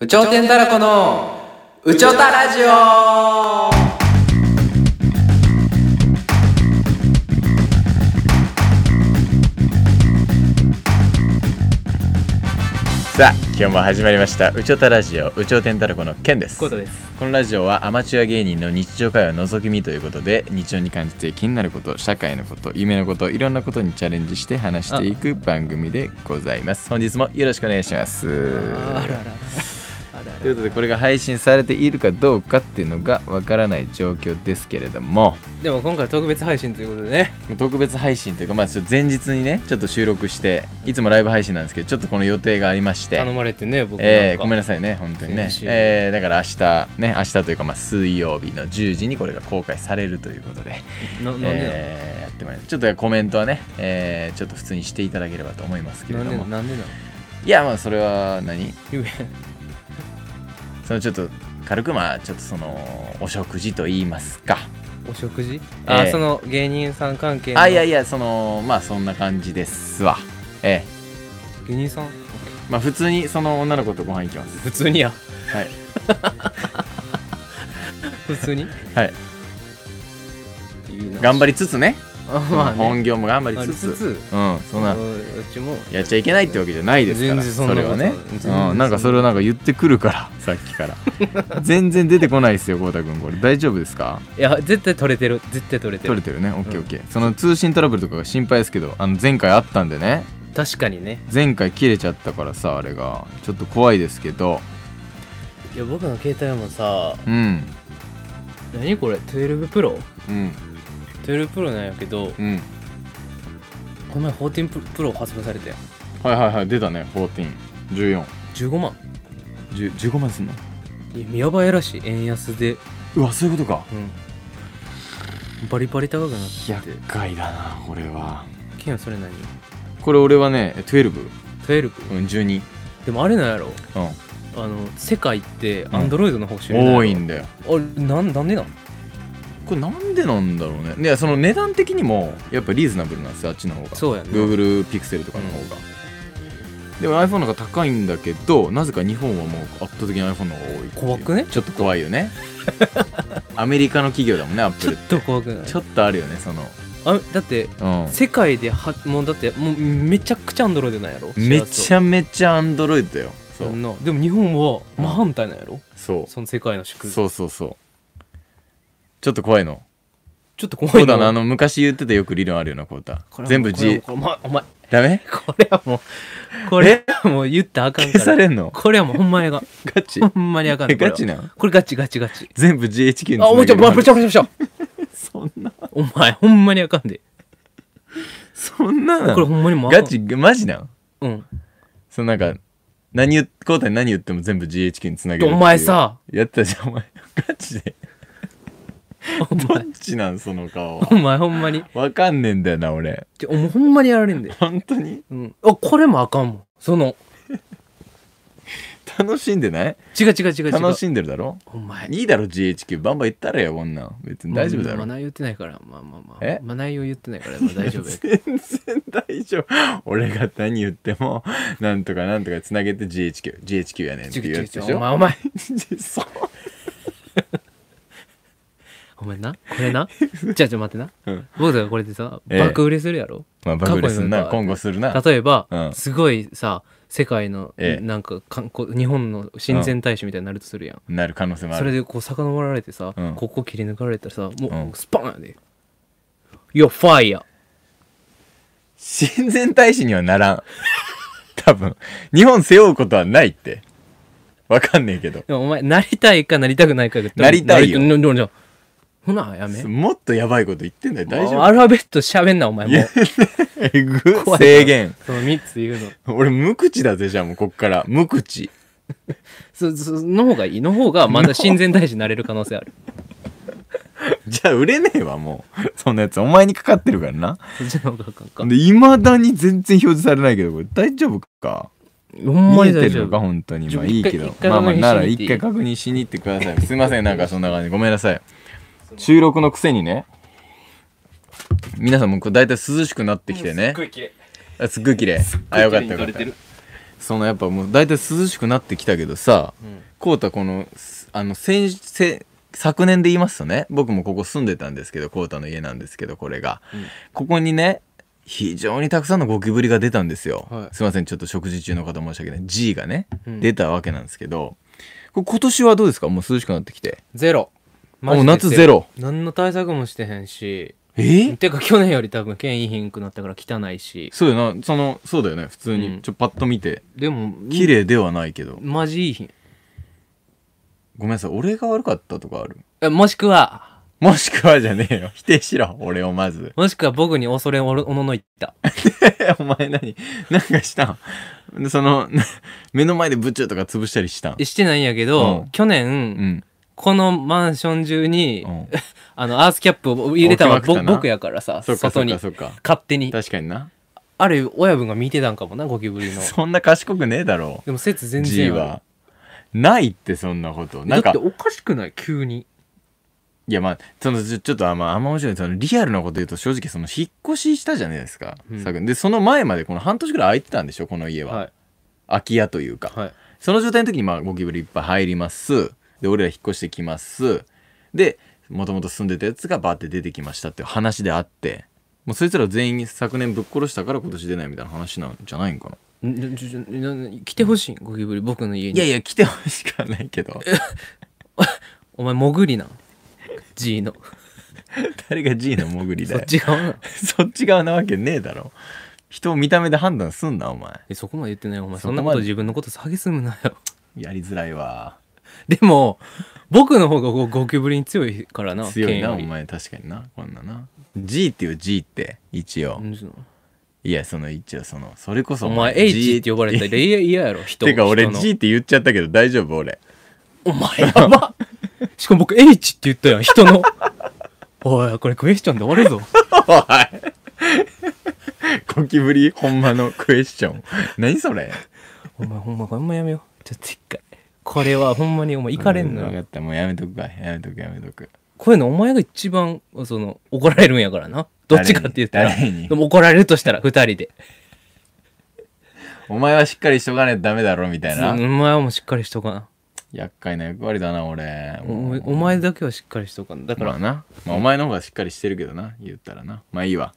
宇頂天たらこの宇宙たラジオさあ今日も始まりました「うちょたラジオうちょてんたらこ」のケンですコートこですのラジオはアマチュア芸人の日常会話のぞき見ということで日常に感じて気になること社会のこと夢のこといろんなことにチャレンジして話していく番組でございます本日もよろしくお願いしますということでこれが配信されているかどうかっていうのがわからない状況ですけれどもでも今回特別配信ということでね特別配信というか、まあ、ちょっと前日にねちょっと収録していつもライブ配信なんですけどちょっとこの予定がありまして頼まれてね僕なんか、えー、ごめんなさいね、本当にね先。週えー、だから明日、ね、明日というか、まあ、水曜日の10時にこれが公開されるということで、ななんでなの、えーやってまいります。ちょっとコメントはね、えー、ちょっと普通にしていただければと思いますけれなどんでなもの。なんでなのいや、まあ、それは何ゆうべそのちょっと、軽く、まあ、ちょっとその、お食事と言いますか。お食事、えあーその芸人さん関係のあ、いやいや、その、まあ、そんな感じですわ。え芸人さんえまあ、普通にその女の子とご飯行きます。 普通にやはい。普通にはい。いいな頑張りつつね。あ まあ、ね、本業も頑張りあつつ。つうん、そんな。うちもやっちゃいけないってわけじゃないですから全然そんなれはね全然そんなうん、なんかそれをなんか言ってくるから さっきから全然出てこないですよ豪太君これ大丈夫ですかいや絶対取れてる絶対取れてる取れてるね OKOK、その通信トラブルとかが心配ですけどあの前回あったんでね確かにね前回切れちゃったからさあれがちょっと怖いですけどいや僕の携帯もさうん何これ12プロうん12プロなんやけどうんこの前14プロプロ発売されたやんはいはいはい出たね1414 15万15万すんのいややばいらしい円安でうわそういうことかうんバリバリ高くなって厄介だなこれはケンはそれ何これ俺はね12 ?12? うん12でもあれなんやろうんあの世界ってアンドロイドの方主流多いんんだよあなんなんでなんこれなんでなんだろうねいやその値段的にもやっぱリーズナブルなんですよあっちの方がそうやね Google ピクセルとかの方が、でも iPhone の方が高いんだけどなぜか日本はもう圧倒的に iPhone の方が多いっていう怖くねちょっと怖い よねアメリカの企業だもんねアッちプょルっと怖くないちょっとあるよねその、あだってう世界ではもうだってもうめちゃくちゃアンドロイドなんやろん、めちゃゃめちゃ Android だよそう、なでも日本は真反対なんやろそその世界のう縮図そうそうそうちょっと怖いのちょっと怖いそうだなあのの昔言ってたよく理論あるよなこうたこれはもう全部 G これはもうお前ダメこれはもうこれはもう言ったらあかんか消さられんのこれはもうほんまや がガチほんまにあかんこれガはチなんこれガチガチガチ全部 GHQ にあ、おもちゃ、ままぶちゃぶちゃぶちゃ。そんなお前、ほんまにあかんで。そんななこれほんまにもうあかんガチマジなんうん。そのなんか何言っ交代何言っても全部 GHQ につなげるっていうお前さやってたじゃんお前ガチでおど前っ、ちなんその顔お前ほんまに。わかんねえんだよな俺ちょ、お前ほんまにやられんで。本当にうん。あ、これもあかんもん。その、楽しんでない違う違う違う違う。楽しんでるだろお前。いいだろ GHQ バンバン言ったらよこんなん別に大丈夫だまあろまあ内容言ってないから、まあまあまあ。えまあ内容言ってないから、まあ大丈夫 やけど。全然大丈夫俺が何言ってもなんとかなんとかつなげて GHQGHQ やねんって違ういう違やうつで違しう。おょ前、お前、そうお前な、これ な。じゃあ、ちょ、待ってなうん。僕らがこれでさ、ええ爆売れするやろ まあバブルすんな過去今に後するな例えばう、んすごいさ、世界の、ええなんか観光、日本の親善大使みたいになるとするやん。なる可能性もあそれるでこう遡られてさ、うんここ切り抜かれたらさもう、うんスパンやで「You're fire 親善大使にはな らん多分日本背負うことはないってわかんねえけど」でもお前なりたいかなりたくないかがなりたいよなりなりなほなやめもっとやばいこと言ってんだよ大もうア丈ルファベット喋んなお前もう夫えぐ怖い制限その3つ言うの俺無口だぜじゃあもうこっから無口そその方がいいの方がまだ親善大使になれる可能性あ るじゃあ売れねえわもうそんなやつお前にかかってるからなそっちの方があかんかでいまだに全然表示されないけどこれ大丈夫かほんま見にえて大る丈のか夫本当にちょまあいいけ一ど回まあまあ一回確認しに行っていいなら一回確認しに行ってくださいすいませんなんかそんな感じごめんなさい収録のくせにね皆さんもうこう大体涼しくなってきてね綺麗あすっごい綺麗あよかったよかったそのやっぱもう大体涼しくなってきたけどさ、うんこうたこのすあの先先昨年で言いますとね僕もここ住んでたんですけどこうたの家なんですけどこれが、うんここにね非常にたくさんのゴキブリが出たんですよ、はいすいませんちょっと食事中の方申し訳ない G がね、うん出たわけなんですけどこれ今年はどうですかもう涼しくなってきてゼロ。あもう夏ゼロ何の対策もしてへんし。えてか去年より多分剣いひんくなったから汚いし。そうよなそのそうだよね普通に、うんちょパッと見てでも、綺麗ではないけど、マジいいひん。ごめんなさい俺が悪かったとかあるえもしくは、もしくはじゃねえよ否定しろ俺をまずもしくは僕に恐れおのおののいった。 お前何なんかしたんでそのな目の前でブチューとか潰したりしたんしてないんやけど、うん去年、うん、このマンション中に、 うん、あの、アースキャップを入れたのは置きまくったぼな僕やからさ、そっかそ外っにか。そっか勝手に。確かになあれ、親分が見てたんかもな、ゴキブリの。そんな賢くねえだろでも説全 G 然あるはないってそんなことなんだっかておかしくない急に。いやまあそのちょちょっとあんまあんま面白いそのリアルなこと言うと正直その引っ越ししたじゃないですか、うん昨年でその前までこの半年ぐらい空いてたんでしょこの家は、はい。空き家というか、はい。その状態の時にまあゴキブリいっぱい入りますで俺ら引っ越してきますでもともと住んでたやつがバーって出てきましたっていう話であってもうそいつら全員昨年ぶっ殺したから今年出ないみたいな話なんじゃないんかなんちょちょな来てほしいんゴキブリ、僕の家いやに。いや来てほしくはないけどお前、潜りなん。G の。 誰が G の潜りだそっよち側なん。そっち側なわけねえだろ人を見た目で判断すんなお前え、そこまで言ってないよお前、そそこんまでなこと自分のこと蔑むなよ。やりづらいわでも、僕の方がゴゴキブリに強いからな、強いなお剣より。前確かになこんなな G っていう G って一応うんそういやその一応そのそれこそお前、 G H って呼ばれたら嫌嫌や ろ、人。てか俺人の G って言っちゃったけど大丈夫俺お前や ばしかも僕 H って言ったやん、人の。おい、これクエスチョンで終わるぞ。おいゴキブリほんまのクエスチョン何それお前ほんま、ほんまやめよう。ちょっと一回。これはほんまにお前いかれんの分かよ。ったもうやめとくかやめとくやめとくこういうのお前が一番、その、怒られるんやからな。どっちかって言ったら。誰にでも怒られるとしたら、二人で。お前はしっかりしとかないとダメだろみたいおな前もしっかりしとかな。厄介な役割だな俺おもうお前だけはしっかりしとかな。だかまあら、な、まあ、お前の方がしっかりしてるけどな言ったらなまあいいわ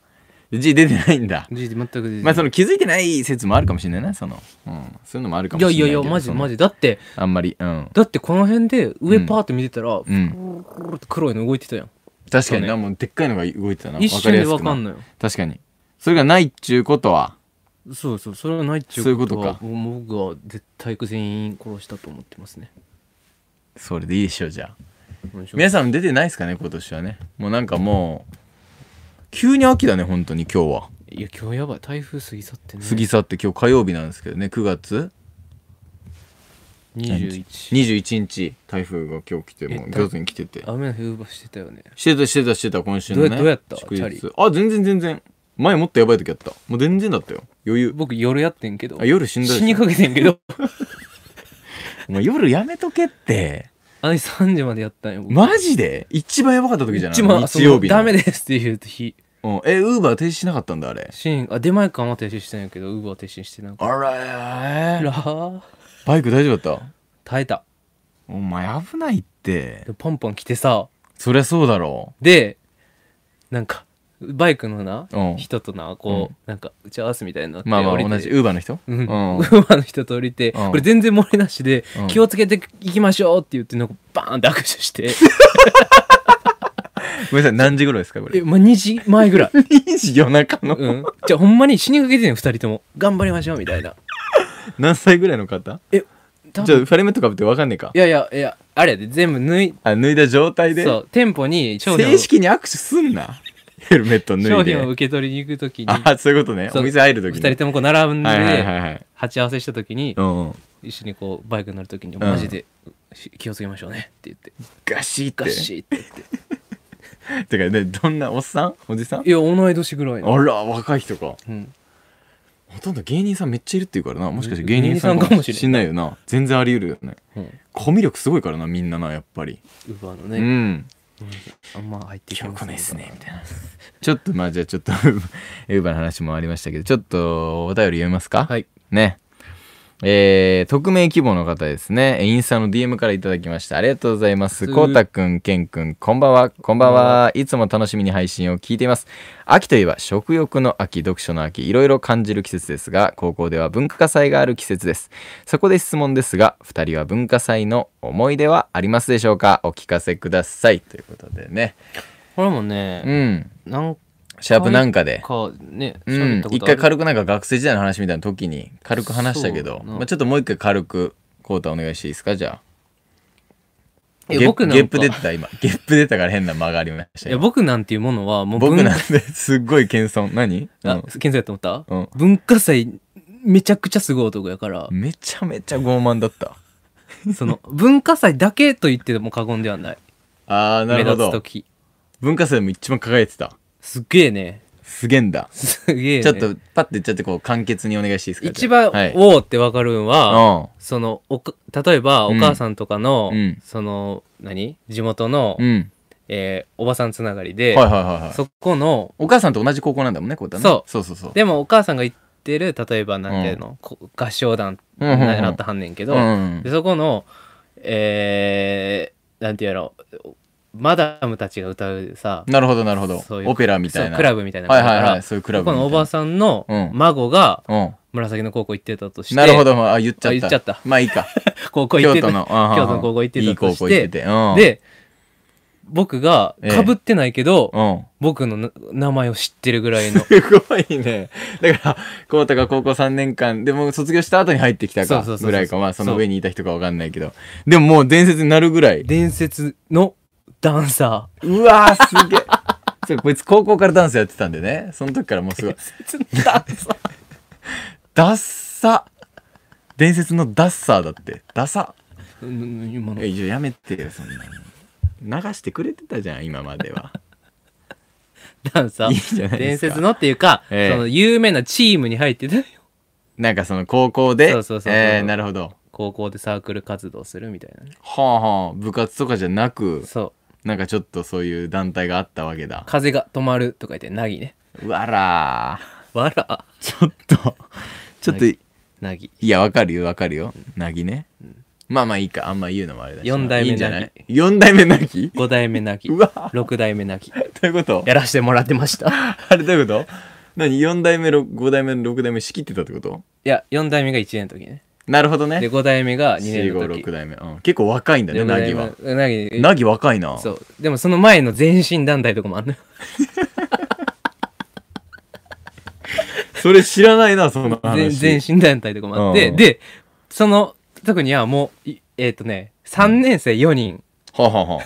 G 出てないんだ G で全く出てまあそないの気づいてない説もあるかもしれないなその、うん、そういうのもあるかもいしれやないいけどやいや、マジそのマジ。だって、あんまりうんだってこの辺で上パーって見てたら、うん黒いの動いてたやん。確かになそもうでっかいのが動いてたな一瞬でわわりやすくかなんのよ。確かにそれがないっちゅうことはそうそう、それはないっちゅそういううここととかはもう僕は絶対全員殺したと思ってますね。それでいいでしょうじゃあ皆さん出てないですかね今年はねもうなんかもう急に秋だね本当に今日はいや、今日やばい。台風過ぎ去ってね。過ぎ去って今日火曜日なんですけどね9月21。 21日台風が今日来てもうえ9月に来てて雨の冬場してたよね。してたしてたしてた今週のどうねやどうやった祝チャ日リあ全然全然前もっとやばい時あったもう全然だったよ余裕僕夜やってんけどあ。夜死んだで死しにょかけてんけど。 お前夜やめとけってあれ3時までやったんよ。僕マジで一番やばかった時じゃない一番日曜日そののダメですって言う日。うんえウーバー停止しなかったんだあれシーン、あ、出前館は停止してんやけど、ウーバー停止してなかっあらた。ーらーバイク大丈夫だった耐えた。お前危ないってでパンパン来てさ。そりゃそうだろでなんかバイクのな、うん人となこう、うんなんか打ち合わせみたいになっうてまあま降ありて同じウーバーの人うん、ウうんーバーの人と降りて、うんこれ全然漏れなしで、うん気をつけていきましょうって言ってなんかバーンって握手 して、ごめんなさい何時頃ですかこえれまあ、2時前ぐらい、 2時夜中の、うん、じゃあほんまに死にかけてんね2人とも頑張りましょうみたいな何歳ぐらいの方えじ多ゃあ分ファレメットかぶって分かんねえかいやいやいやあれやで全部脱いあ脱いだ状態でそう店舗に商品を正式に握手すんなヘルメット脱商い品でを受け取りに行く時に2あそういうことねそうお店入る時に人ともこう並んで、はいはいはいはい鉢合わせした時に、うんうん一緒にこうバイクに乗るときにんマジでし気をつけましょうねって言ってガシッてガシッて言っててかねどんなおっさんおじさんいや同い年ぐらいの、あら若い人かうん、ほとんど芸人さんめっちゃいるっていうからなもしかして芸人芸人ささんんかかももししれれないよな全然あり得るよねうんコミュ力すごいからなみんななやっぱりウーバーのうね、んあんま入ってき今日ま来せんないっすねみたいなちょっと まあじゃあちょっとウーバーの話もありましたけどちょっとお便り読みますかはいねえー、匿名希望の方ですね。えーインスタの DM からいただきました。ありがとうございます。すこうたくん、けんくん、こんばんは。こんばんは。いつも楽しみに配信を聞いています。秋といえば食欲の秋、読書の秋、いろいろ感じる季節ですが、高校では文化祭がある季節です。そこで質問ですが、二人は文化祭の思い出はありますでしょうかお聞かせください。ということでね。これもうね、ん。なんシャープなんかで。かね、うん喋った、こ一とある回軽くなんか学生時代の話みたいな時に軽く話したけそど、うなまあ、ちょっともう一回軽くコータお願いしていいですかじゃあいやゲッ僕なんかゲップ出てた今 ゲップ出たから変な間がありましたいや、よ僕なんていうものは、もう僕文なんですっごい謙遜何、うあん、健在やと思った、うん文化祭、めちゃくちゃすごい男やから、めちゃめちゃ傲慢だったその、文化祭だけと言っても過言ではない。あーなるほ目立つど時。文化祭でも一番輝いてたすっげえね。すげえんだ、すげえね。ちょっとパッて言っちゃってこう簡潔にお願いしていいですか一番、はいおーってわかるんは、うそのおか例えばうおん母さんとかの、うんその何地元の、んうんえーおばさんつながりで、はいはいはいはいそこのお母さんと同じ高校なんだもんねコータねそうそうそうそうでもお母さんが行ってる例えばなんていうの、こ合唱団うんうんうんななったはんねんけど、うんでそこのえー、なんていうやろマダムたちが歌うさなるほどなるほどそういうオペラみたいそなうクラブみたいなのはがいはあるいからはい、そういうクラそこブみたいのな。おばさんのうん孫がうん。紫の高校行ってたとして、なるほど、あ、言っちゃった。あ言っちゃったまあ いいか。高校行っ京てた都の、うん京都の高校行っていたいと高校し行っててて。うん、で僕がかぶってないけど、うん。僕のな名前を知ってるぐらい のすごいね。だから、コウタが高校3年間、でも卒業した後に入ってきたそうかそうそうそうぐらいか、まあその上にいた人かわかんないけど。でももう伝説になるぐらい。伝説のダンサ うわー、すげえ。 そうこいつ高校からダンスやってたんでね。その時からもうすごい。ーダンサーダッサ伝説のダッサーだって。ダサうん今のえ、じゃあやめてよ、そんなの流してくれてたじゃん、今までは。ダンサーいいじゃないで伝すか説のっていうか、ええその有名なチームに入ってたよなんかその高校で。そうそうそうえー、なるほど。高校でサークル活動するみたいなねはあはあ、部活とかじゃなく、そうなんかちょっとそういう団体があったわけだ。風が止まるとか言ってなぎねうわらわらー。ちょっと、ちょっと、ないなぎや、わかるよ、わかるよ。なぎね。まあまあいいか、あんま言うのもあれだし。四代目いいんじゃない四代目なぎ5代目なぎうわ6代目なぎどういうことやらしてもらってましたいあれどういうこと何四代目、六五代目、六代目仕切ってたってことや4代目が1年の時ねなるほどね。で5代目が2年の四五時六代目。うん。結構若いんだね、でなぎは。五代目なぎなぎ若いな。そう。でもその前の前身団体とかもあん のよ。それ知らないな、その前話。前身団体とかもあって、うんで、その、特にはもう、いえっ、とね、3年生4人、はあは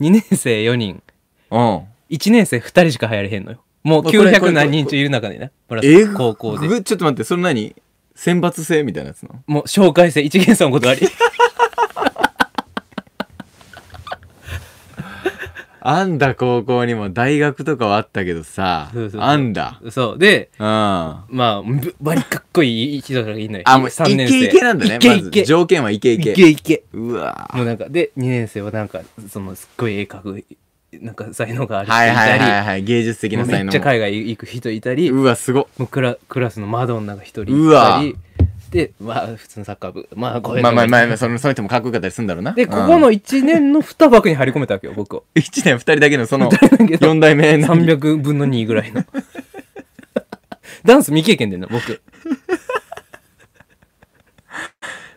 2年生4人、あはあ。うん。 1年生2人しか入らへんのよ。もうまあこれ900これ何人中いる中でね、プラスえぐ高校で。ぐちょっと待ってそれ何選抜制みたいなやつなのもう紹介生、一元さんお断り。 あんだ高校にも大学とかはあったけどさそうそうそうあんだそう。で、うんあまあ、ぶバリかっこいい一度がいいのよ。もう3イ年ケ生。イケなんだねイケイまケず。条件はイケイケいけいけ。うわもうなんか、で、2年生はなんか、その、すっごい絵描く、なんか才能がある人いはいはいはたいはい芸術的り、もなうめ才っ能ちゃも海外行く人いたり、うわすごっもうクラクラスのマドンナが一人ういたわりでまあ普通のサッカー部まあこういうまあまあまああまあそのその人もかっこよかったりするんだろうなでうんここの1年の2枠に張り込めたわけよ僕を一年二人だけ のそのだけど四代目の300分の2ぐらい のダンス未経験でね僕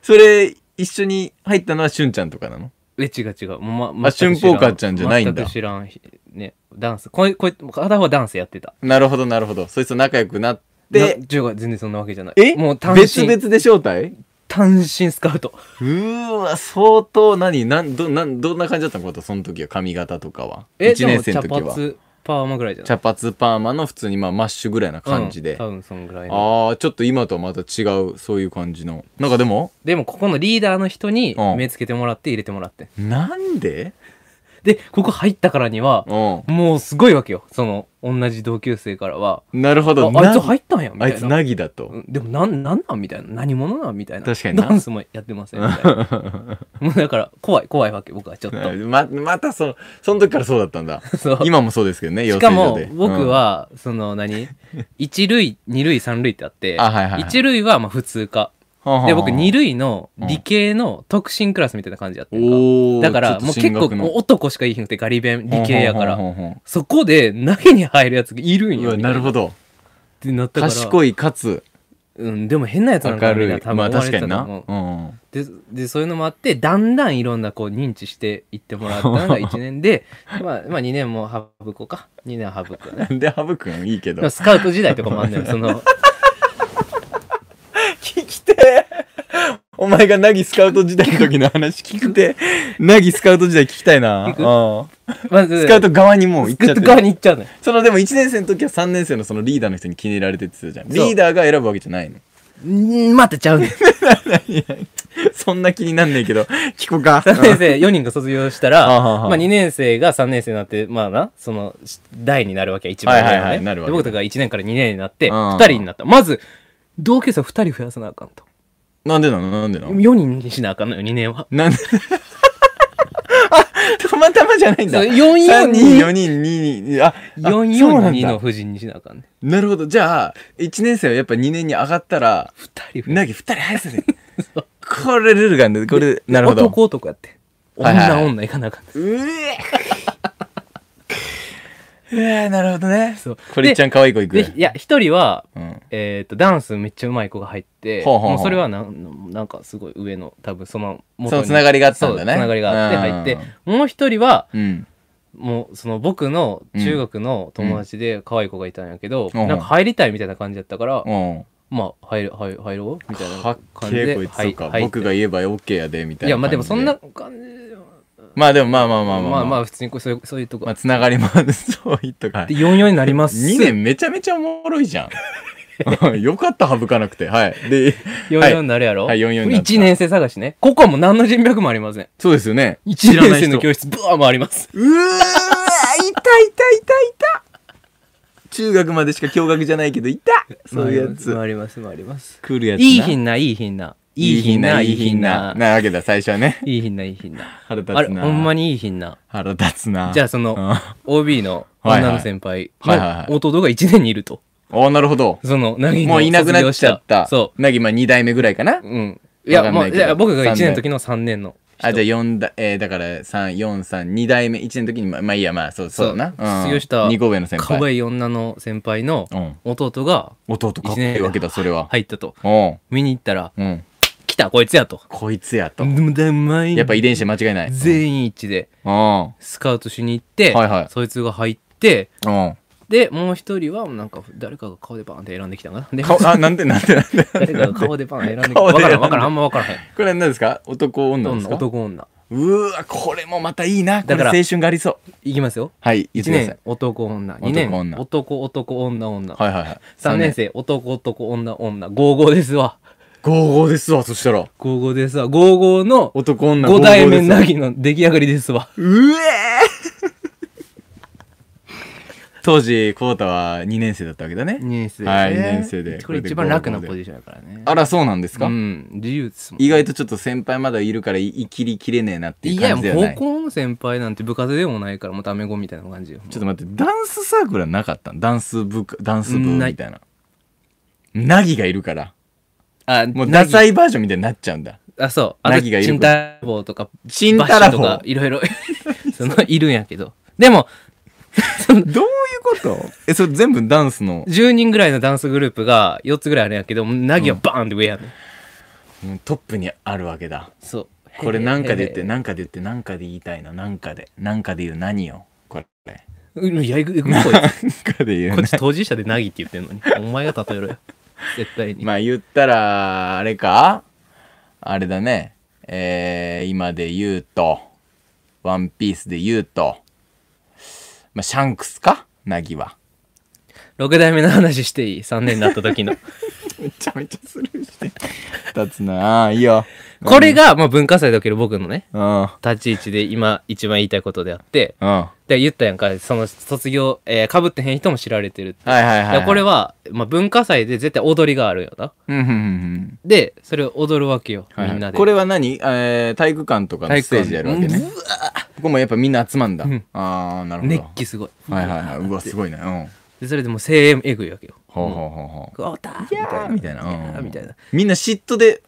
それ一緒に入ったのはしゅんちゃんとかなのえ違う違うもう、ま、あ全く知ら春光会ちゃんじゃないんだ全く知らんねダンスこいこい片方ダンスやってたなるほどなるほどそいつと仲良くなっでて違う全然そんなわけじゃないえもう単別身々で招待単身スカウトうーわ、相当何、なん、ど、なん、どんな感じだったのことその時は髪型とかは。え一年生の時でも茶は。髪パーマぐらいじゃない茶髪パーマの普通にまあマッシュぐらいな感じうんで。多分そんぐらいのああ、ちょっと今とはまた違う、そういう感じの。なんかでも、でもここのリーダーの人にうん目つけてもらって入れてもらってなんででここ入ったからにはうん。もうすごいわけよその同じ同級生からはなるほあど。あいつ入っったんやみたあいいなつなぎだと。うんでもなんなんなんみたいな何者なんみたいな確かになダンスもやってませんみたい なもうだから怖い怖いわけ僕はちょっと ま、またその、その時からそうだったんだ。 そう今もそうですけどね、し養か成所もで。僕うん、はその何一類二類三類ってあってあはいはいはい一類はまあ普通科でで、僕、二類の理系の特進クラスみたいな感じやってんか。おーだから、ちょもっうと結進構学のもう男しかいひんくてガリ弁理系やからほ。んほんほんほんそこで投げに入るやつがいるんうわよ。なるど。ほどってなったから。賢いかつうん、でも変なやつなんか明みんるない多ま分あ思わ確れかてにたなとう思うんうんででそういうのもあってだんだんいろんなこう認知していってもらったのが1年でまあ、まあ、2年も省こうか2年は省くよねなん で省くんいいけでどもスカウト時代とかもあんね んその聞きてえお前がナギスカウト時代の時の話聞 くてえナギスカウト時代聞きたいな聞くうんまずスカウト側にもう行っちゃスカウってトる側に行っちゃう ねんそのでも1年生の時は3年生のそのリーダーの人に気に入られてって言ってたじゃんそうリーダーが選ぶわけじゃないの うんまたちゃうねんそんな気になんねえけど聞こう か3年生4人が卒業したらあははまあ、2年生が3年生になってまあなそのし代になるわけや一番上のね、はいはいはいなるわけで僕とか1年から2年になってうん2人になったまず同級生2人増やさなあかんとなんでなのなんでなの4人にしなあかんのよ2年はなんで あたまたまじゃないんだそう3 442人4人2人ああそうなん442だの夫人にしなあかんねなるほどじゃあ1年生はやっぱ2年に上がったら2人増えなぎ2人早さでこれルールがあるんでこれなるほど男男やっては女いはいはい女いかなあかんねうえうえなるほどねそうこれいっちゃん可愛い子いくでいや一人はうんえっとダンスめっちゃうまい子が入ってほうほうほうもうそれはなんなんかすごい上の多分そのそ元のにつながりがあったんだそねうつながりがあって入ってもう一人はうんもうその僕の中学の友達で可愛い子がいたんやけど、うんうんなんか入りたいみたいな感じだったから、うんまあ入る入る入ろうみたいなかっ感じけえでこいつ入と入っかて僕が言えば OK やでみたいいなやまあでもそ感じんな感じではまあでもまあまあまあまあまあままああ普通にこうそういうそういうとこ、まあつながりもある そういうとかで44になります2年めちゃめちゃおもろいじゃん よかった省かなくてはいで44になるやろ、はいはい44になった1年生探しねここはもう何の人脈もありませんそうですよね1知らな年生い人の教室ブワー回りますうーいたいたいたいた中学までしか共学じゃないけどいたそういうやつ回ります回ります来るやついいひんないいひんないいひんないいいいひひんんなななわけだ最初はねいいひんないいひんな腹立あつれなほんまにいいひんな腹立つなじゃあそのうん OB の女の先輩はいはいはいはいはいの弟が1年にいると。おなるほどその、なぎのもういなくなっちゃった卒業しなぎまあ2代目ぐらいかそなう。うん。いわかや、んもなう、いいけどや僕が1年の時の3年の人。あじゃあ4だえーだから3432代目1年の時にまあまあいいやまあそうそうそうだな卒業した2個上の先可輩愛い女の先輩のうん弟が弟かっこいいわけだそれは入ったと。うん見に行ったら、うん来た、こいつやと。こいつやとでもだまいやっぱ遺伝子間違いない全員一致でうんスカウトしに行って、はいはいそいつが入って、うんで、もう一人は、なんか、誰かが顔でバーンって選んできたんかな。で顔あなんでなんでなんで 誰かが顔でバーンって選んできた。顔わでか選らん、んでわからん、あんまわからへん。 これは何ですか男女です女か男女。うーわこれもまたいいなこだかれら青春がありそういきますよ。はい言っ1てくださ年い男女男2年女男男女女、はいはいはい3年生男男女女55ですわ55ですわそしたら55ですわ55の男女5代目ななぎの出来上がりですわうえ当時コウタは2年生だったわけだね2年生はい二年生でこれ一番楽なポジションやからねあらそうなんですか、うん自由ですもん意外とちょっと先輩まだいるからい生きりきれねえなっていいうや感じではない高校の先輩なんて部活でもないからもうタメ語みたいな感じよちょっと待ってダンスサークルはなかったのダンス部かダンス部ないみたいななぎがいるからあもうなダぎサいバージョンみたいになっちゃうんだあそうあなとぎがいるチンタラボとかチンタラボバッシュとかいろい ろそのいるんやけどでもそのどういうことえそれ全部ダンスの10人ぐらいのダンスグループが4つぐらいあるんやけどナギはバーンって上やね、ん、うんトップにあるわけだそうこれなんかで言ってななんかで言ってなんかで言いたいのなんかでなんかで言う何よこれいやいくいくこいなんかでつ 言うこっねち当事者でナギって言ってんのにお前が例えろ よ絶対に、まあ言ったらあれかあれだねえー、今で言うとワンピースで言うとまあシャンクスかナギは6代目の話していい3年になった時 のめちゃめちゃスルーして立つなあいいよこれが、まあ、文化祭でおける僕のねうんうん立ち位置で今一番言いたいことであってで言ったやんかその卒業えー、かぶってへん人も知られてるって、はいはいはいいやこれは、まあ、文化祭で絶対踊りがあるよなうんうんうんうんでそれを踊るわけよ、はいはいみんなでこれは何、えー、体育館とかの体ステ育館ージでやるわけねここもやっぱみんな集まんだ、うんああなるほど熱気すごいはいはいはいうわすごいねうんでそれでもう声援えぐいわけよ。ほうほうほうほうゴーターいやーみたいな、うんみたいな。みんな嫉妬で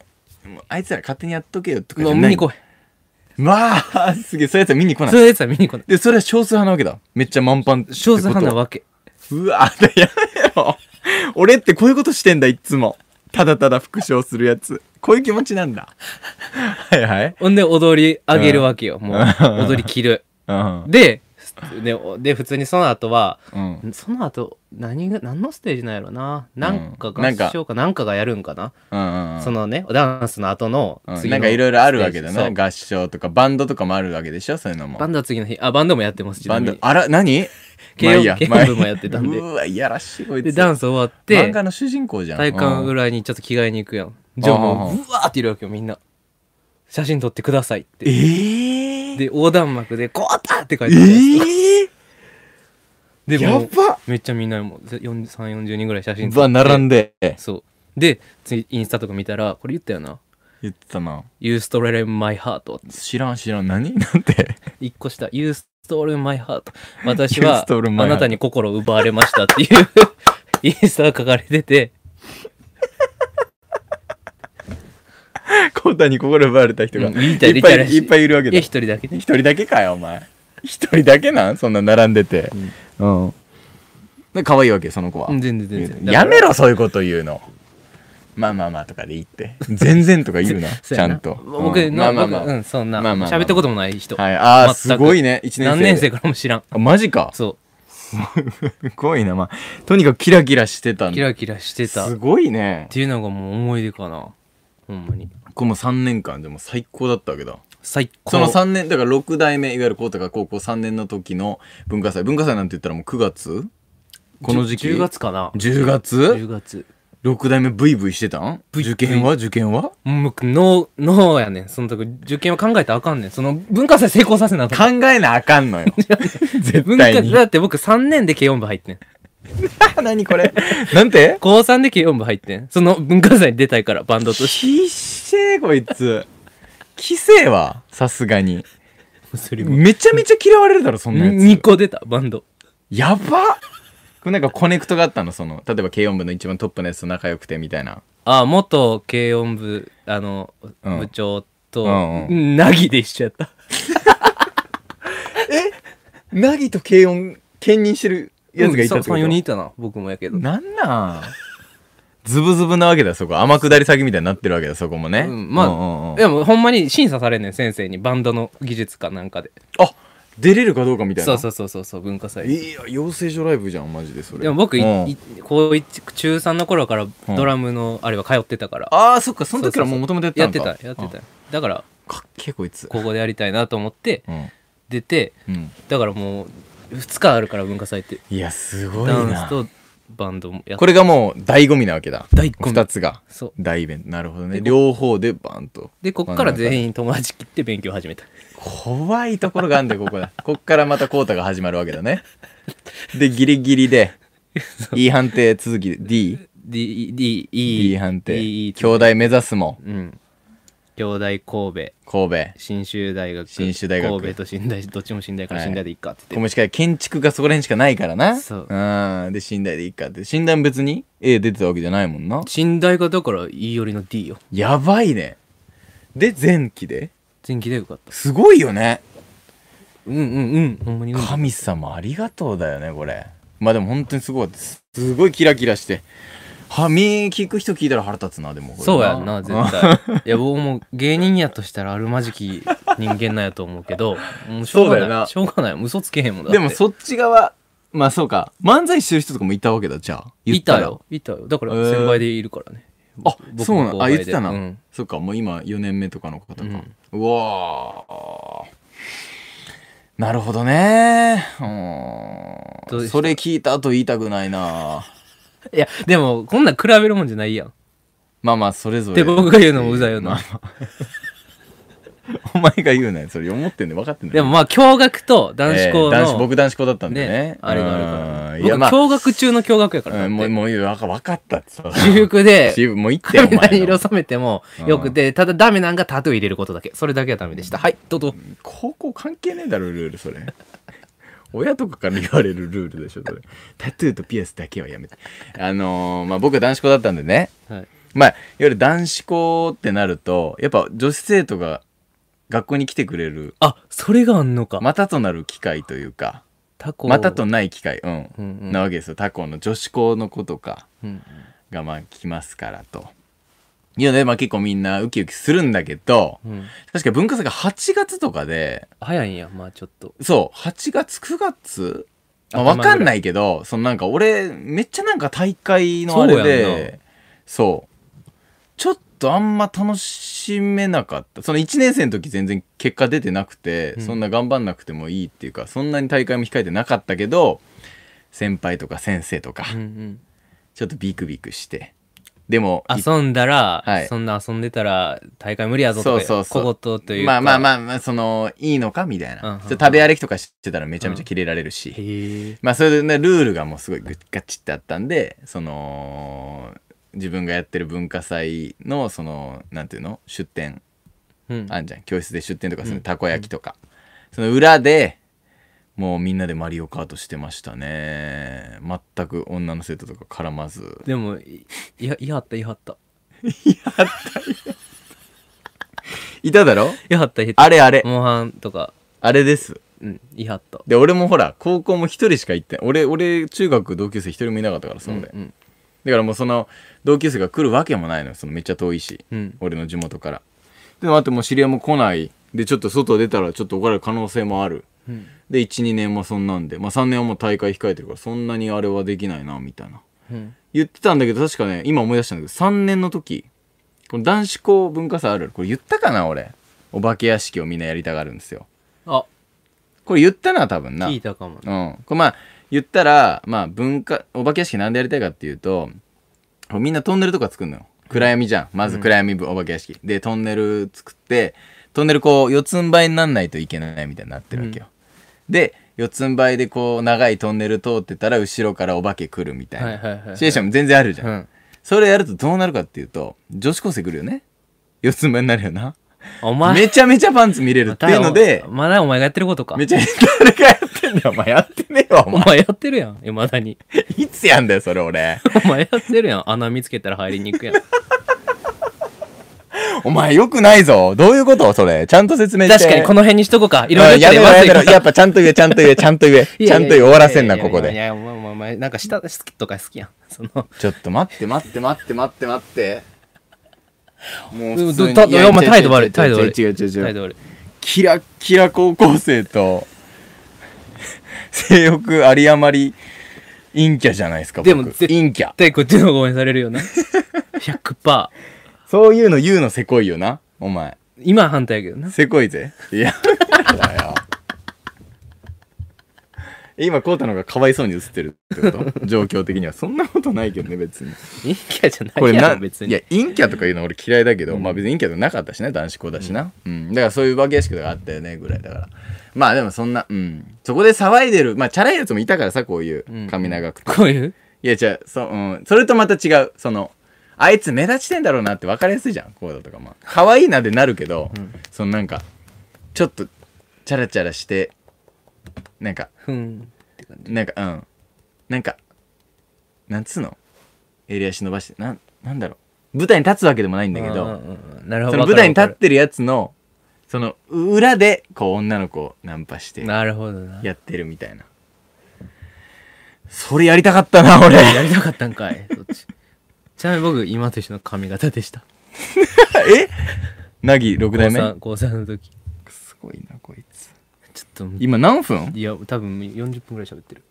もうあいつら勝手にやっとけよとかじもゃうな見にい来い。まあすげえそういうやつは見に来ないそういうやつは見に来ない。でそれは少数派なわけだめっちゃ満帆ってこと少数派なわけ。うわだやめろ俺ってこういうことしてんだいっつもただただ復唱するやつこういう気持ちなんだはいはいほんで踊り上げるわけよ。もう踊り切る。うんで、で、で普通にその後は、うんその後何が何のステージなんやろななんかうんなんか合唱かなんかがやるんかな、うんうんそのねダンスの後のう次の、ん、なんかいろいろあるわけだそなう合唱とかバンドとかもあるわけでしょそういうのもバンドは次の日あバンドもやってますちバなンみドにあら何軽音軽音部もやってたんでうわいやらしいこいつでダンス終わっ漫て画の主人公じゃん体育館うんぐらいにちょっと着替えに行くやんじゃあああもううわーっているわけよみんな写真撮ってくださいってええで横断幕で「こうだ!」って書いてあるやええつでやもっうばめっちゃみんなもう340人ぐらい写真ば並んででそうで次インスタとか見たらこれ言ったよな言ってたな「You stole my heart」知らん知らん 何なんて一個した「You stole my heart」私 You は stole あ my heart なたに心を奪われましたっていう インスタが書かれててコータに心奪われた人が、うん言いいっぱたいい言いいたいらしいっぱいいるわけでだ一人だけね一人だけかよお前一人だけなんそんな並んでてうん、で可愛いわけその子は、うん全然全然やめろそういうこと言うのまあまあまあとかで言って全然とか言うなそうちゃやなんと僕うんのまあまあまあ、僕うんそんなまあまあまあ喋ったこともない人はいああ全くすごいね一年生何年生からも知らんあマジかそすごいなまあとにかくキラキラしてたんうだキラキラしてたっすごいねていうのがもう思い出かなほんまにこれも3年間でも最高だったわけだ最高その3年だから6代目いわゆるコータが高校3年の時の文化祭文化祭なんて言ったらもう9月この時期じゅ10月かな10月10月6代目ブイブイしてたんブイブイ受験は受験はもうノーノーやねんその時受験は考えたらあかんねんその文化祭成功させなあかん考えなあかんのよ 絶文対化に だって僕3年で軽音部入ってん何これなんて高3で軽音部入ってんその文化祭に出たいからバンドとして必死こいつ奇せはさすがに それもめちゃめちゃ嫌われるだろそんなやつ2個出たバンドやばっこれなんかコネクトがあったのその例えば軽音部の一番トップのやつと仲良くてみたいなあ元軽音部あの、うん部長うんと、うなぎでしちゃったなぎと軽音兼任してるやつがいたってこと、 34人いたな僕もやけど、なんなんズブズブなわけだそこ天下り先みたいになってるわけだそこもね、うんまあうんうんうんでもほんまに審査されんねん先生にバンドの技術かなんかであ出れるかどうかみたいなそうそうそうそうそう文化祭いや養成所ライブじゃんマジでそれでも僕、いうんい高1中3の頃からドラムのあれは通ってたから、ああそっかその時からもうもともとやってやたっのかてたやってただからあかっけえこいつ高校でやりたいなと思ってうん、出てうん、だからもう2日あるから文化祭っていやすごいダンなスとバンドもやっこれがもう醍醐味なわけだ醍醐味2つがそう大イベントなるほどでねこ両方でバンとでこっから員全員友達切って勉強始めた怖いところがあんだよこ こだこっからまたコータが始まるわけだねでギリギリで E 判定続きで D D D E E 判定兄 E 弟目指すもうん兄弟神戸神信州大学信州大学神戸と新大どっちも新大からはい新大でいいかって戸言っ小しか建築がそこら辺しかないからなそうんで寝台でいいかって診断別に A 出てたわけじゃないもんなて新大がだから E よりの D よやばいねで前期で前期でよかったすごいよねうんうんうんほんまにうん神様ありがとうだよねこれまあでも本当にすごいすすごいキラキラしてはみ聞く人聞いたら腹立つなでもこれそうやんな絶対 いや僕も芸人やとしたらあるまじき人間なんやと思うけ どもうしょうそうがだよなないしょうがない嘘つけへんもんだって でもそっち側まあそうか漫才してる人とかもいたわけだじゃあ言っいたたらよいたよだからへー先輩でいるからねあ僕そうな僕んのあ後輩言でってたな、うんそっかもう今4年目とかの方か、うわーなるほどねうどうでんしたそれ聞いた後言いたくないないやでもこんなん比べるもんじゃないやんまあまあそれぞれって僕が言うのもうざいよなまあまあお前が言うなよそれ思ってんね分かってんねでもまあ驚愕と男子校の、ええ男子僕男子校だったんでねね、あれがあるからうね。んいや僕、まあ驚愕中の驚愕やからうだんもうって。もういいよ分か分かったってさ私服で、自分もう言ってよお前髪にの色染めてもよくて、ただダメなんかタトゥー入れることだけ。それだけはダメでした。はい、どうぞ。高校関係ねえだろルールそれ親とかから言われるルールでしょそれタトゥーとピアスだけはやめてあのーまあ僕は男子校だったんでねはい。まあいわゆる男子校ってなるとやっぱ女子生徒が学校に来てくれるあ、それがあんのか。またとなる機会というかタコ。またとない機会、うんうんうんなわけですよ他校の女子校の子とかうん。がまあ来ますからと。いやね、まあ結構みんなウキウキするんだけど、うん。確か文化祭が8月とかで、早いんや、まあちょっと。そう、8月、9月まあ、頭わぐらいかんないけど、そのなんか俺、めっちゃなんか大会のあれそうやんで、そうちょっとあんま楽しめなかった。その1年生の時全然結果出てなくて、うんそんな頑張んなくてもいいっていうか、そんなに大会も控えてなかったけど、先輩とか先生とか、うんうん。ちょっとビクビクして。でも、い遊んだら、はいそんな遊んでたら大会無理やぞとか、そうそうそう小言というか。まあまああ。まあまあ、その、いいのかみたいな。うんうんうんちょっと食べ歩きとかしてたらめちゃめちゃキレられるし。へえ。まあそれでねルールがもうすごいぐっガチってあったんでその自分がやってる文化祭のそのなんていうの出店うん。あんじゃん教室で出店とかすうるんたこ焼きとか、その裏でもうみんなでマリオカートしてましたね全く女の生徒とか絡まずでも、いいや、いやった、いやった。いただろいやった、いやった。あれあれモンハンとか、あれですうん、いやった。で俺もほら高校も一人しか行って俺俺中学同級生一人もいなかったからそので、うんだからもうその同級生が来るわけもないのよそのめっちゃ遠いしうん。うん。俺の地元からでもあともう知り合いも来ないでちょっと外出たらちょっと怒られる可能性もあるうん。で12年もそんなんで、まあ、3年はもう大会控えてるからそんなにあれはできないなみたいなうん。言ってたんだけど確かね今思い出したんだけど3年の時この男子校文化祭あるあるこれ言ったかな俺お化け屋敷をみんなやりたがるんですよあ、これ言ったな多分な聞いたかも。うん。これまあ、言ったら、まあ、文化、お化け屋敷なんでやりたいかっていうと、こうみんなトンネルとか作るのよ。暗闇じゃん。まず暗闇部、お化け屋敷。で、トンネル作って、トンネルこう、四つん這いになんないといけないみたいになってるわけよ。で、四つん這いでこう、長いトンネル通ってたら、後ろからお化け来るみたいな。はいはいはいはいシチュエーションも全然あるじゃん。うん。それやるとどうなるかっていうと、女子高生来るよね。四つん這いになるよな。お前、めちゃめちゃパンツ見れるっていうのでまた、おまだお前がやってることか。めちゃめちゃ誰がやってんだよ。お前やってねえわ、おお前。前やってるやん、いまだに。 いつやんだよ、それ俺。お前やってるやん、穴見つけたら入りに 行くやん。お前よくないぞ。どういうことそれ。ちゃんと説明して。確かにこの辺にしとこうか。いろいろやめろやめろ。ややっぱちゃんと言え、ちゃんと言え、ちゃんと言 え。ちゃんと言え、終わらせんな、ここいで。や、お前、お前お前、なんか下、好きとか好きやん。その、ちょっと待って、待って、待って、待って、待って。もううん普通だに、いやお前態度悪い違う態度悪い違う違う違う違態う。度悪い。キラッキラ高校生と、 性欲あり余り、陰キャじゃないですか、僕でも絶陰キャ。絶対こっちの方が応援されるよな。100%。そういうの言うのせこいよな、お前。今は反対やけどな。せこいぜ。いや、だよ。今、コウタの方がかわいそうに映ってるってこと状況的には。そんなことないけどね、別に。陰キャじゃなこれいやな、ろ、別いに。や、陰キャとか言うの俺嫌いだけど、まあ別に陰キャじゃなかったしね、男子校だしな。うん。だからそういう化け屋敷とかあったよね、ぐらいだから。まあでもそんな、うん。そこで騒いでる、まあチャラいやつもいたからさ、こういううん髪長くて。こういういや、じゃそ、うん。それとまた違う。その、あいつ目立ちてんだろうなって分かりやすいじゃん。こうだとかまあ。可愛いなでなるけど、そのなんか、ちょっと、チャラチャラして、なんか、ふん。なんか、うん。なんか、なんつうの襟足伸ばして、なん、なんだろう。舞台に立つわけでもないんだけうんど、うんうんなるほど。わそのか舞る台に立ってるやつの、その裏で、こう女の子をナンパしてなるほどな。やってるみたいな。それやりたかったな、俺。 やりたかったんかい。そっち。ちなみに僕、今と一緒の髪型でした。えなぎ6代目高3、高3の時。すごいなこいつちょっ今何分と、いや、多分40分ぐらい喋ってる。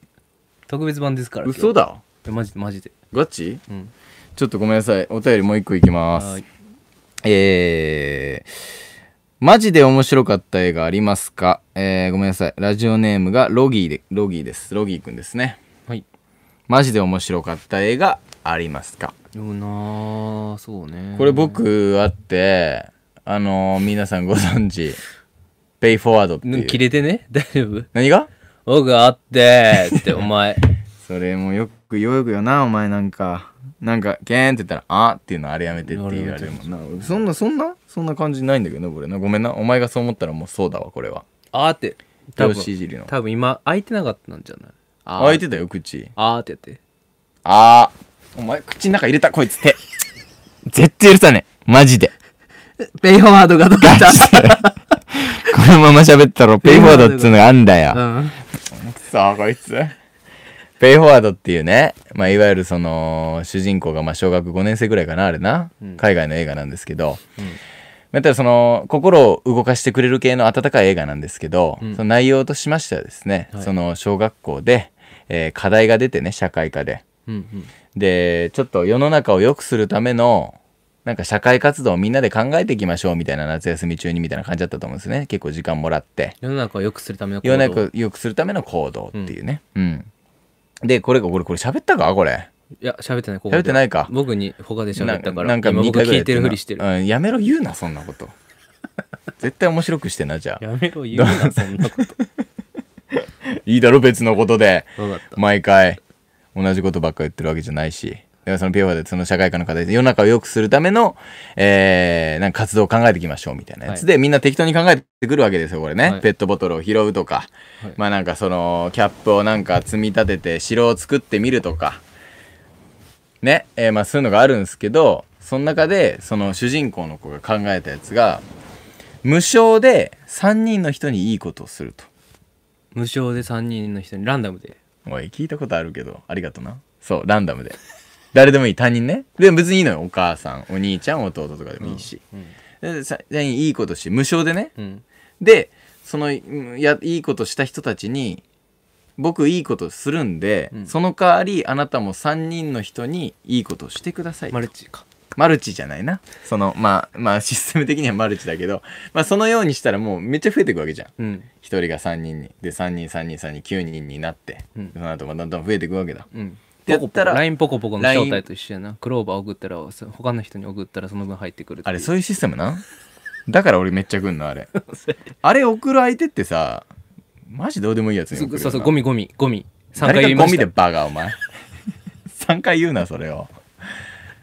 特別版ですから。今日嘘。だいやマジで、マジで。ガチうん。ちょっとごめんなさいお便りもう一個いきますーい。えーマジで面白かった映画ありますかえーごめんなさいラジオネームがロギーでロギーですロギーくんですねはい。マジで面白かった映画ありますかよなあそうねこれ僕あってあのー皆さんご存知ペイフォワードってうん切いうれてね大丈夫何が僕があってってお前それもよくよくよなお前なんかなんかケーンって言ったら「あ」っていうのあれやめてって言われるもんな俺そんなそんなそんな感じないんだけどね俺なごめんなお前がそう思ったらもうそうだわこれはあーって多教師い分じりの多分今開いてなかったんじゃないあー開いてたよ口あーってやってあーお前口の中入れたこいつ手 絶対許さねえ。マジで。ペイフォワードがどうガだチで。このまま喋ってたらペイフォワードっつうのがあんだよ。うん。くそこいつペイフォワードっていうね、まあ、いわゆるその主人公がまあ小学5年生ぐらいかなあれな、海外の映画なんですけど、まあ、ただその心を動かしてくれる系の温かい映画なんですけど、んその内容としましてはですね、はいその小学校で、えー課題が出てね社会科でうんうん。でちょっと世の中を良くするためのなんか社会活動をみんなで考えていきましょうみたいな夏休み中にみたいな感じだったと思うんですね結構時間もらって。世の中を良くするための行動世の中を良くするための行動っていうね。うん。で、これが、これ、これ喋ったかこれ。いや、喋ってない、ここで喋ってないか僕に他で喋ったから。ななんんかか、なんか僕二回ぐら聞やいてるふりしてる。なうん、やめろ、言うな、そんなこと。絶対面白くしてな、じゃあ。やめろ、言う な、そんなこと。いいだろ、別のことで。分かった。毎回、同じことばっか言ってるわけじゃないし。だからそのピュアで、その社会科の課題で、世の中を良くするための、えー、なんか活動を考えていきましょうみたいなやつで、みんな適当に考えてくるわけですよ、これね。はいペットボトルを拾うとか、はいまあなんかその、キャップをなんか積み立てて、城を作ってみるとか、ね、えーまあそういうのがあるんですけど、その中で、その主人公の子が考えたやつが、無償で3人の人にいいことをすると。無償で3人の人にランダムで。おい、聞いたことあるけど、ありがとな。そう、ランダムで。誰でもいい、他人ね。でも別にいいのよ。お母さん、お兄ちゃん、弟とかでもいいし。うん。でさ全員いいことし、無償でね。うん。で、その、うんや、いいことした人たちに、僕いいことするんで、うんその代わりあなたも3人の人にいいことをしてください。マルチか。マルチじゃないな。その、まあ、まあ、システム的にはマルチだけど、まあ、そのようにしたらもうめっちゃ増えていくわけじゃん。うん。 1人が3人に、で、3人、3人、3人、9人になって、うんその後またどんどん増えていくわけだ。うん。やったら LINE ポコポコの LINE 招待と一緒やな。クローバー送ったら、そ他の人に送ったらその分入ってくるっていあうれ、そういうシステムなだから俺めっちゃ来んの、あれ。あれ送る相手ってさ、マジどうでもいいやつにそ送るうよなそうそう、ゴミゴミ、ゴミ。3回誰言いがまゴしミたで。バカ、お前。3回言うな、それを。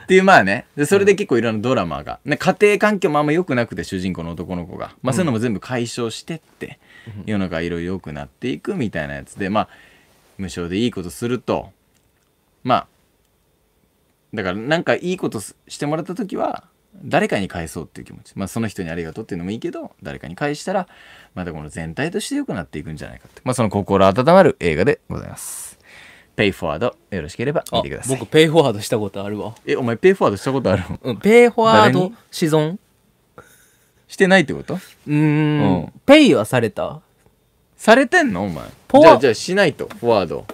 っていう、まあね。で、それで結構いろんなドラマが。ね、家庭環境もあんま良くなくて、主人公の男の子が。まあ、そういうのも全部解消してって、世の中いろいろ良くなっていくみたいなやつで、まあ、無償でいいことすると、まあ、だからなんかいいことすしてもらった時は誰かに返そうっていう気持ち、まあ、その人にありがとうっていうのもいいけど誰かに返したらまたこの全体として良くなっていくんじゃないかって、まあ、その心温まる映画でございますペイフォワードよろしければ見あてください僕、ペイフォワードしたことあるわ。えお前ペイフォワードしたことあるのうん、ペイフォワー誰ドに、既存 してないってことうーうんん。ペイはされたされてんのお前ポワじゃあじゃあしないとフォワー ド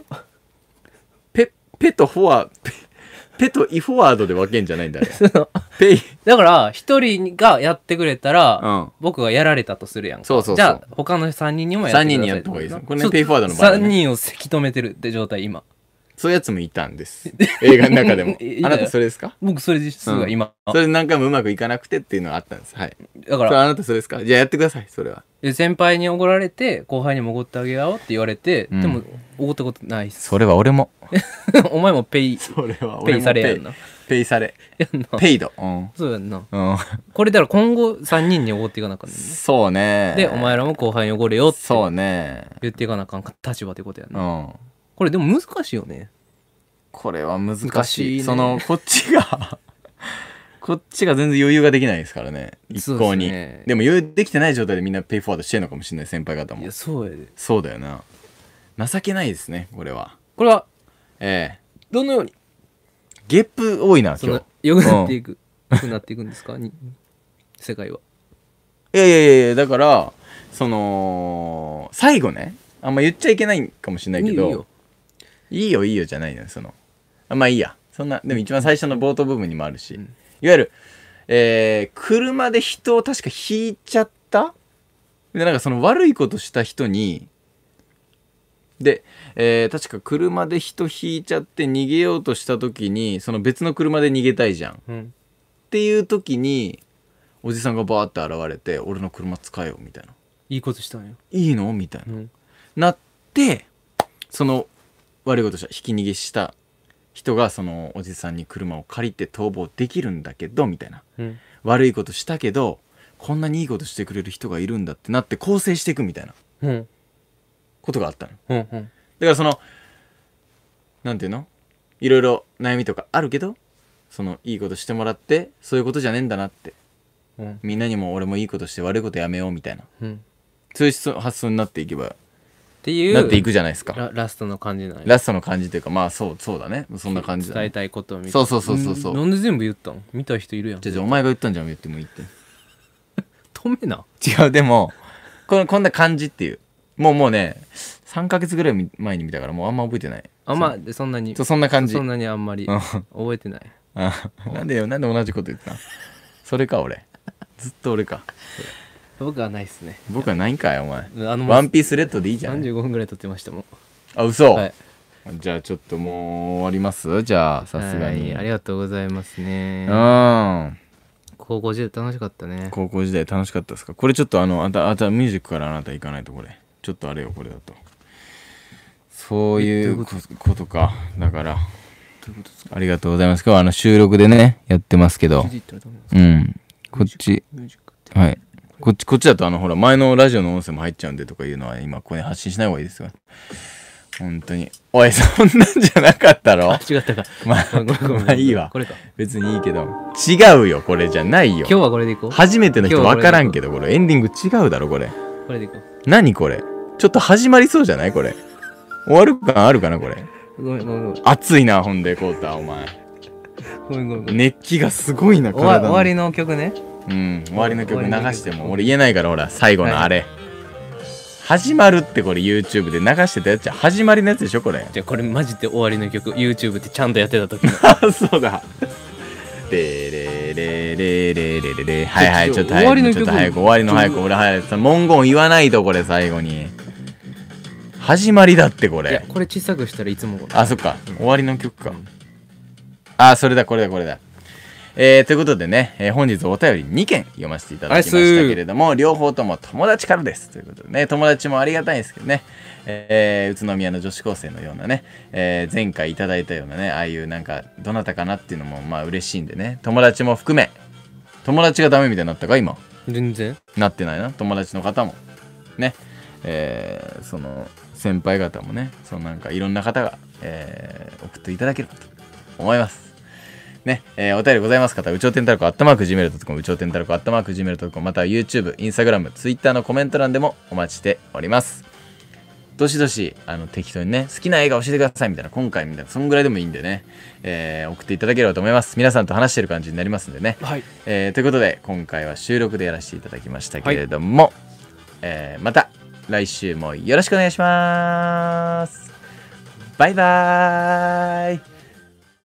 ペペとフォワペペとイフォワードで分けんじゃないん だねペイだから、一人がやってくれたら、うん僕がやられたとするやんか。そうそうそうじゃあ、他の三人にもやってください。三人にやった方がいいですよこれねそうペイフォワードの場合はね三人をせき止めてるって状態、今。そういうやつもいたんです映画の中でも いいんだよあなたそれですか僕、それ実は今。それ何回もうまくいかなくてっていうのがあったんですはいだそかれら、あなたそれですかじゃあやってくださいそれはで先輩におごられて、後輩にもおごってあげようって言われて、うんでも、おごったことないっす。 れは俺もお前もペイ、それはペ俺イもされやんな。ペイされやんな。ペイドうん、そうやんな。うん、これだから今後三人におごっていかなあかんねんね。そうねで、お前らも後輩におごれよってそうね言っていかなあかん立場ってことやうな。んこれでも難しいよね。これは難しい難しいねそのこっちがこっちが全然余裕ができないですからね一向にそうで,、ですねも余裕できてない状態でみんなペイフォワードしてるのかもしれない先輩方いもや、そうやで。そうだよな情けないですねこれはこれは、ええどのように、ゲップ多いなそ今の日、良くなっていく、良くなっていくんですかに世界は。いやいやいやいやだからその最後ねあんま言っちゃいけないかもしれないけどいいよいいよいいよじゃないのよそのあまあいいやそんなでも一番最初の冒頭部分にもあるし、うんいわゆる、えー車で人を確か引いちゃったでなんかその悪いことした人にで、えー確か車で人引いちゃって逃げようとした時にその別の車で逃げたいじゃんっうん。ていう時におじさんがバーって現れて「俺の車使えよ」みたいな。いいことしたんよ。いいのみたいなうん。なってその悪いことしたひき逃げした人がそのおじさんに車を借りて逃亡できるんだけどみたいなうん。悪いことしたけどこんなにいいことしてくれる人がいるんだってなって構成していくみたいなうん。ことがあったのだうん。うん。からそのなんていうのいろいろ悩みとかあるけどそのいいことしてもらってそういうことじゃねえんだなってうんみんなにも俺もいいことして悪いことやめようみたいなうん、そういう思想発想になっていけばっていうなっていくじゃないですかララストの感じなんやラストの感じというかまあそうそうだねそんな感じだ、伝えね、たいことみたいなそうそうそうそうそうんなんで全部言ったの見た人いるやんじゃあじゃあお前が言ったんじゃん言ってもいいって止めな違うでもこのこんな感じっていうもうもうね3ヶ月ぐらい前に見たからもうあんま覚えてないあんまあそんなにそうそんな感じそんなにあんまりうん覚えてないあなんでよなんで同じこと言ったのそれか俺ずっと俺か僕はないっすね僕はないんかいお前あのワンピースレッドでいいじゃん35分ぐらい撮ってましたもんあ嘘、はいじゃあちょっともう終わりますじゃあさすがはにいありがとうございますねうん高校時代楽しかったね高校時代楽しかったですかこれちょっとあのあんたあんたミュージックからあなた行かないとこれちょっとあれよこれだとそういうこことかだからありがとうございます今日はあの収録でねやってますけどうんこっちはいこっちこっちだとあのほら前のラジオの音声も入っちゃうんでとかいうのは今ここに発信しない方がいいですよ本当においそんなんじゃなかったろあ違ったかまあごめんごめんごめんまあいいわこれか別にいいけど違うよこれじゃないよ今日はこれでいこう初めての人分からんけどこれエンディング違うだろこれこれでいこう何これちょっと始まりそうじゃないこれ終わる感あるかなこれごめんごめんごめん熱いなほんでコータお前ごめんごめんごめん熱気がすごいな終わ体終のわりの曲ねうん終わりの終曲流わりの曲しても俺言えないからほら最後のあれ、始まるってこれ YouTube で流してたやつじゃ始まりのやつでし ょこれじゃあこれマジで終わりの曲 YouTube ってちゃんとやってた時のあそうだレレレレレレレレはいはいちちょょっっとと終早くわりの曲ちょっと早く終わりの早く俺早く文言言わないとこれ最後に始まりだってこいやれこれ小さくしたらいつもこれあそっか終わりの曲かあそれだこれだこれだえー、ということでね、えー本日お便り2件読ませていただきましたけれども両方とも友達からですということでね友達もありがたいんですけどね、えー宇都宮の女子高生のようなね、えー前回いただいたようなねああいうなんかどなたかなっていうのもまあ嬉しいんでね友達も含め友達がダメみたいになったか今全然なってないな友達の方もねえーその先輩方もねそのなんかいろんな方が、えー送っていただければと思いますね、えーお便りございます方、うちょうてんたらこ、あったまーくじめる .com、うちょうてんたらこ、あったまーくじめる .com、または YouTube、Instagram、Twitter のコメント欄でもお待ちしております。どしどし、あの、適当にね、好きな映画教えてくださいみたいな、今回みたいな、そんぐらいでもいいんでね、えー送っていただければと思います。皆さんと話してる感じになりますんでね。はいえーということで今回は収録でやらせていただきましたけれども、えーまた来週もよろしくお願いしますバイバーイ